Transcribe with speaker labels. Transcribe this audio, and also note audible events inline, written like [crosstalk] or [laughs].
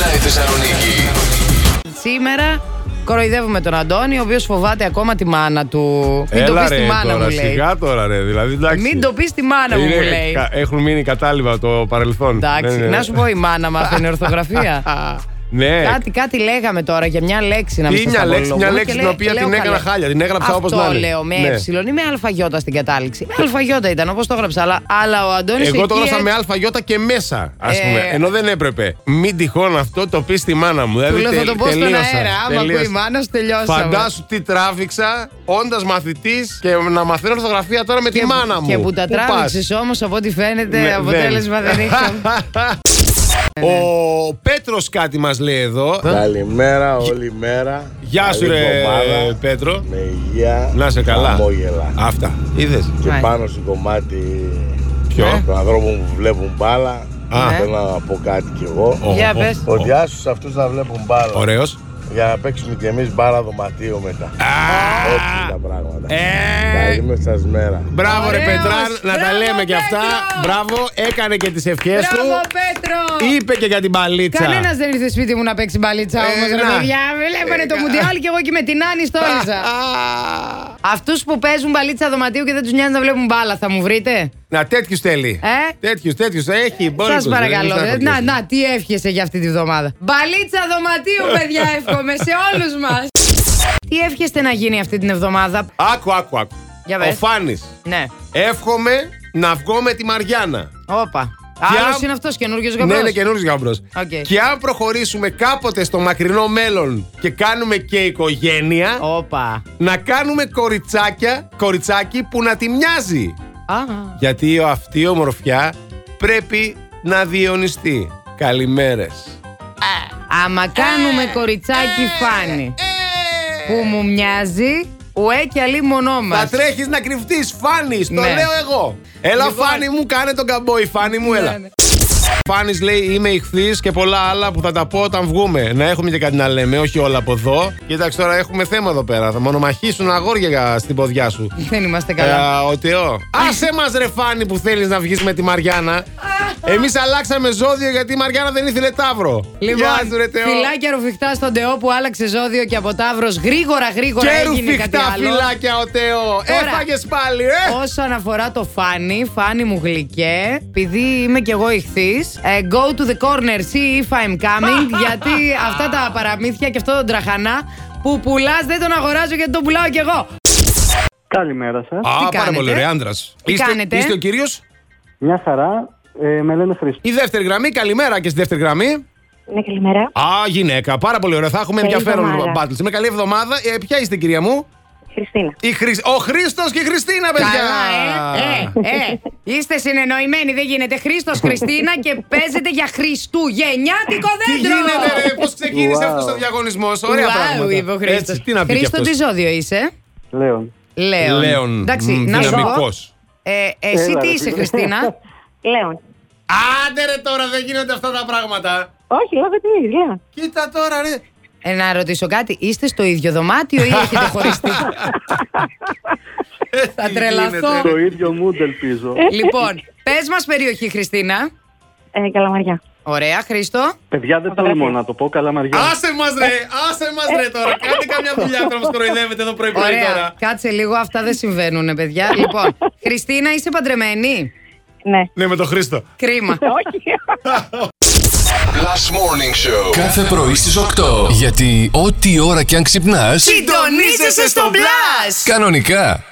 Speaker 1: Θεσσαλονίκη.
Speaker 2: Σήμερα κοροϊδεύουμε τον Αντώνη, ο οποίος φοβάται ακόμα τη μάνα του. Μην το
Speaker 3: Έλα
Speaker 2: πεις
Speaker 3: ρε
Speaker 2: τη μάνα
Speaker 3: τώρα,
Speaker 2: μου, λέει.
Speaker 3: σιγά τώρα ρε, δηλαδή εντάξει.
Speaker 2: Μην το πεις τη μάνα μου,
Speaker 3: Είναι-
Speaker 2: μου λέει.
Speaker 3: κα- Έχουν μείνει κατάλοιπα το παρελθόν.
Speaker 2: Εντάξει,
Speaker 3: Ναι, ναι.
Speaker 2: να σου πω η μάνα μάθαινε
Speaker 3: [laughs]
Speaker 2: ορθογραφία.
Speaker 3: Ναι,
Speaker 2: κάτι, κάτι λέγαμε τώρα για μια λέξη να
Speaker 3: Τι
Speaker 2: μην
Speaker 3: μια λέξη,
Speaker 2: σταθμολογούμε
Speaker 3: μια
Speaker 2: και
Speaker 3: λέξη την
Speaker 2: λέ-
Speaker 3: οποία
Speaker 2: και
Speaker 3: την
Speaker 2: λέω
Speaker 3: έκανα χάλια, την έγραψα
Speaker 2: Αυτό
Speaker 3: όπως να είναι.
Speaker 2: λέω με
Speaker 3: Ναι.
Speaker 2: ε ή με αλφαγιώτα στην κατάληξη. Με αλφαγιώτα ήταν όπως το έγραψα, αλλά, αλλά ο Αντώνης.
Speaker 3: Εγώ το έγραψα με αλφαγιώτα και μέσα, ας
Speaker 2: Ε.
Speaker 3: πούμε. Ενώ δεν έπρεπε. Μην τυχόν αυτό το πεις στη μάνα μου.
Speaker 2: Του
Speaker 3: Δηλαδή,
Speaker 2: λέω θα
Speaker 3: τε-
Speaker 2: το πω στον
Speaker 3: τελείωσα,
Speaker 2: αέρα. Άμα
Speaker 3: τελείωσα.
Speaker 2: ακούει η μάνα, σου τελειώσαμε.
Speaker 3: Φαντάσου τι τράβηξα, όντας μαθητής και να μαθαίνω ορθογραφία τώρα με τη μάνα μου.
Speaker 2: Και που τα
Speaker 3: Πού πας?
Speaker 2: τράβηξες όμως, από ό,τι φαίνεται,
Speaker 3: Ναι,
Speaker 2: αποτέλεσμα δεν είχε.
Speaker 3: [laughs]
Speaker 2: ναι,
Speaker 3: Ο Πέτρος κάτι μας λέει εδώ.
Speaker 4: Καλημέρα, όλη μέρα.
Speaker 3: Γεια σου,
Speaker 4: Καλή
Speaker 3: ρε
Speaker 4: εβδομάδα.
Speaker 3: Πέτρο.
Speaker 4: Με υγεία.
Speaker 3: Να σε καλά.
Speaker 4: Χαμόγελα.
Speaker 3: Αυτά. Είδες.
Speaker 4: Και
Speaker 2: Μάλιστα.
Speaker 4: πάνω στο κομμάτι
Speaker 3: Ποιο?
Speaker 4: των ανθρώπων που βλέπουν μπάλα,
Speaker 3: Α.
Speaker 4: θέλω να πω κάτι κι εγώ.
Speaker 2: Για πες.
Speaker 4: Ότι άσους σε αυτού να βλέπουν μπάλα.
Speaker 3: Ωραίος.
Speaker 4: Για να παίξουμε κι εμείς μπάλα δωματίου μετά. Έτσι τα πράγματα.
Speaker 3: Ε.
Speaker 4: Καλή με σας μέρα.
Speaker 3: Μπράβο, ρε
Speaker 2: Ωραίος.
Speaker 3: Πετρά, να τα
Speaker 2: Μπράβο,
Speaker 3: λέμε κι αυτά.
Speaker 2: Πέτρο.
Speaker 3: Μπράβο, έκανε και τις ευχές
Speaker 2: Μπράβο,
Speaker 3: του.
Speaker 2: Πέτρο!
Speaker 3: Είπε και για την παλίτσα.
Speaker 2: Κανένας δεν ήρθε σπίτι μου να παίξει μπαλίτσα
Speaker 3: Ε,
Speaker 2: όμως, ρε
Speaker 3: να. Ε,
Speaker 2: παιδιά. Βλέπανε το μουντιάλ και εγώ και με την Άννη στόλιζα. Αυτούς που παίζουν μπαλίτσα δωματίου και δεν τους νοιάζει να βλέπουν μπάλα, θα μου βρείτε.
Speaker 3: Να τέτοιους θέλει.
Speaker 2: Ε?
Speaker 3: Τέτοιους, τέτοιους. Έχει μπόλικους,
Speaker 2: Σα
Speaker 3: δεν
Speaker 2: παρακαλώ.
Speaker 3: είναι
Speaker 2: ε.
Speaker 3: στάχος.
Speaker 2: Να, να, τι εύχεσαι για αυτή τη βδομάδα. Μπαλίτσα δωματίου,
Speaker 3: [laughs]
Speaker 2: παιδιά, εύχομαι σε όλους μας. Τι εύχεστε να γίνει αυτή την εβδομάδα.
Speaker 3: Άκου, άκου, άκου.
Speaker 2: Για
Speaker 3: Ο
Speaker 2: πες.
Speaker 3: Φάνη.
Speaker 2: Ναι,
Speaker 3: Εύχομαι να βγω με τη Μαριάννα.
Speaker 2: όπα.
Speaker 3: Και
Speaker 2: Άλλος
Speaker 3: αν-
Speaker 2: είναι αυτός καινούριο
Speaker 3: Ναι,
Speaker 2: γαμπρός.
Speaker 3: είναι καινούριο γαμπρός.
Speaker 2: Οκ.
Speaker 3: Και αν προχωρήσουμε κάποτε στο μακρινό μέλλον και κάνουμε και οικογένεια,
Speaker 2: Όπα.
Speaker 3: να κάνουμε κοριτσάκια, κοριτσάκι που να τη μοιάζει.
Speaker 2: Α,
Speaker 3: Γιατί ο- αυτή η ομορφιά πρέπει να διονυστεί. Καλημέρες.
Speaker 2: Άμα κάνουμε
Speaker 3: Ε,
Speaker 2: κοριτσάκι φάνη που μου μοιάζει, ουέ και αλή μονό
Speaker 3: Θα
Speaker 2: μα.
Speaker 3: τρέχεις να κρυφτείς, Φάνης, το
Speaker 2: Ναι.
Speaker 3: λέω εγώ. Έλα,
Speaker 2: Λοιπόν.
Speaker 3: Φάνη μου, κάνε τον καμπόι, Φάνη μου, έλα.
Speaker 2: ναι.
Speaker 3: Φάνης λέει είμαι ηχθής και πολλά άλλα που θα τα πω όταν βγούμε. Να έχουμε και κάτι να λέμε, όχι όλα από εδώ. Κοίταξε τώρα έχουμε θέμα εδώ πέρα. Θα μονομαχήσουν αγόρια στην ποδιά σου.
Speaker 2: Δεν είμαστε καλά.
Speaker 3: Ε, ο Θεό. Άσε μας ρε Φάνη που θέλεις να βγεις με τη Μαριάννα. Εμείς αλλάξαμε ζώδιο γιατί η Μαριάννα δεν ήθελε τάβρο.
Speaker 2: Λοιπόν,
Speaker 3: Ε, Γεια σου, ρε Θεό.
Speaker 2: φυλάκια ρουφιχτά στον τεό που άλλαξε ζώδιο και από τάβρο γρήγορα γρήγορα
Speaker 3: Και
Speaker 2: έγινε κάτι
Speaker 3: ρουφιχτά
Speaker 2: άλλο.
Speaker 3: φυλάκια ο Θεό. Έφαγες πάλι, ε!
Speaker 2: Όσον αφορά το φάνη, φάνη μου γλυκέ, επειδή είμαι κι εγώ ηχθής, go to the corner, see if I'm
Speaker 3: [laughs]
Speaker 2: coming, γιατί αυτά τα παραμύθια και αυτό τον τραχανά που πουλάς δεν τον αγοράζω γιατί τον πουλάω κι εγώ.
Speaker 5: Καλημέρα σας.
Speaker 3: Α,
Speaker 2: Τι
Speaker 3: πάρα πολύ
Speaker 2: κάνετε?
Speaker 3: ωραία, άντρας.
Speaker 2: Τι κάνετε?
Speaker 3: Είστε ο κύριος.
Speaker 5: Μια χαρά. Ε, με λένε Χρήστο.
Speaker 3: Η δεύτερη γραμμή, καλημέρα και στη δεύτερη γραμμή.
Speaker 6: Ναι, καλημέρα.
Speaker 3: Α, γυναίκα, πάρα πολύ ωραία. Θα έχουμε
Speaker 6: Καλή
Speaker 3: ενδιαφέρον
Speaker 6: εβδομάδα.
Speaker 3: μπάτλ. Με καλή εβδομάδα. Ε, ποια είστε, κυρία μου,
Speaker 6: Χριστίνα.
Speaker 3: η Χρυσ- Ο Χρήστος και η Χριστίνα, παιδιά.
Speaker 2: Καλά, ε, ε, ε. Είστε συνεννοημένοι, δεν γίνεται.
Speaker 3: [laughs]
Speaker 2: Χρήστος Χριστίνα και παίζετε για Χριστουγεννιάτικο
Speaker 3: Τι
Speaker 2: δέντρο.
Speaker 3: γίνεται, ρε, πώς ξεκίνησε
Speaker 5: Wow.
Speaker 3: αυτός ο διαγωνισμός. Ωραία
Speaker 2: Wow,
Speaker 3: πράγματα.
Speaker 2: είπε ο Χρήστος.
Speaker 3: Έτσι, τι να πει κι
Speaker 2: Χρήστο,
Speaker 3: αυτός.
Speaker 2: τι ζώδιο είσαι.
Speaker 5: Λέων.
Speaker 2: Λέων.
Speaker 3: Λέων.
Speaker 2: Εντάξει,
Speaker 3: Μ,
Speaker 2: να σου πω,
Speaker 3: δυναμικός.
Speaker 2: Ε, εσύ
Speaker 5: Έλα,
Speaker 2: τι
Speaker 5: ρε,
Speaker 2: είσαι,
Speaker 5: φίλε.
Speaker 2: Χριστίνα.
Speaker 6: Λέων.
Speaker 3: Άντε ρε τώρα, δεν γίνονται αυτά τα πράγματα.
Speaker 6: Όχι, λόγω τιμή, Λέων.
Speaker 3: Κοίτα τώρα, ρε.
Speaker 2: Ε, να ρωτήσω κάτι, είστε στο ίδιο δωμάτιο ή
Speaker 3: [laughs]
Speaker 2: έχετε χωριστεί. Θα
Speaker 3: Ε, Τι
Speaker 2: τρελαθώ.
Speaker 3: γίνεται, ρε.
Speaker 5: Το ίδιο mood ελπίζω.
Speaker 2: λοιπόν, πες μας περιοχή, Χριστίνα.
Speaker 6: Ε, καλαμαριά.
Speaker 2: Ωραία, Χρήστο.
Speaker 5: Παιδιά δεν τολμώ να το πω. Καλαμαριά.
Speaker 3: Άσε μας ρε, άσε μας ρε τώρα. Κάντε καμιά δουλειά τώρα, μας κοροϊδεύετε εδώ πρωί πρωί
Speaker 2: Ωραία.
Speaker 3: τώρα.
Speaker 2: Κάτσε λίγο, αυτά δεν συμβαίνουν, παιδιά. λοιπόν, Χριστίνα, είσαι παντρεμένη.
Speaker 6: Ναι.
Speaker 3: Ναι, με τον Χρήστο.
Speaker 2: Κρίμα.
Speaker 1: Last Morning Show.
Speaker 7: Κάθε πρωί στις 8. Γιατί ό,τι ώρα κι αν ξυπνάς,
Speaker 2: Συντονίζεσαι στο μπλα!
Speaker 7: κανονικά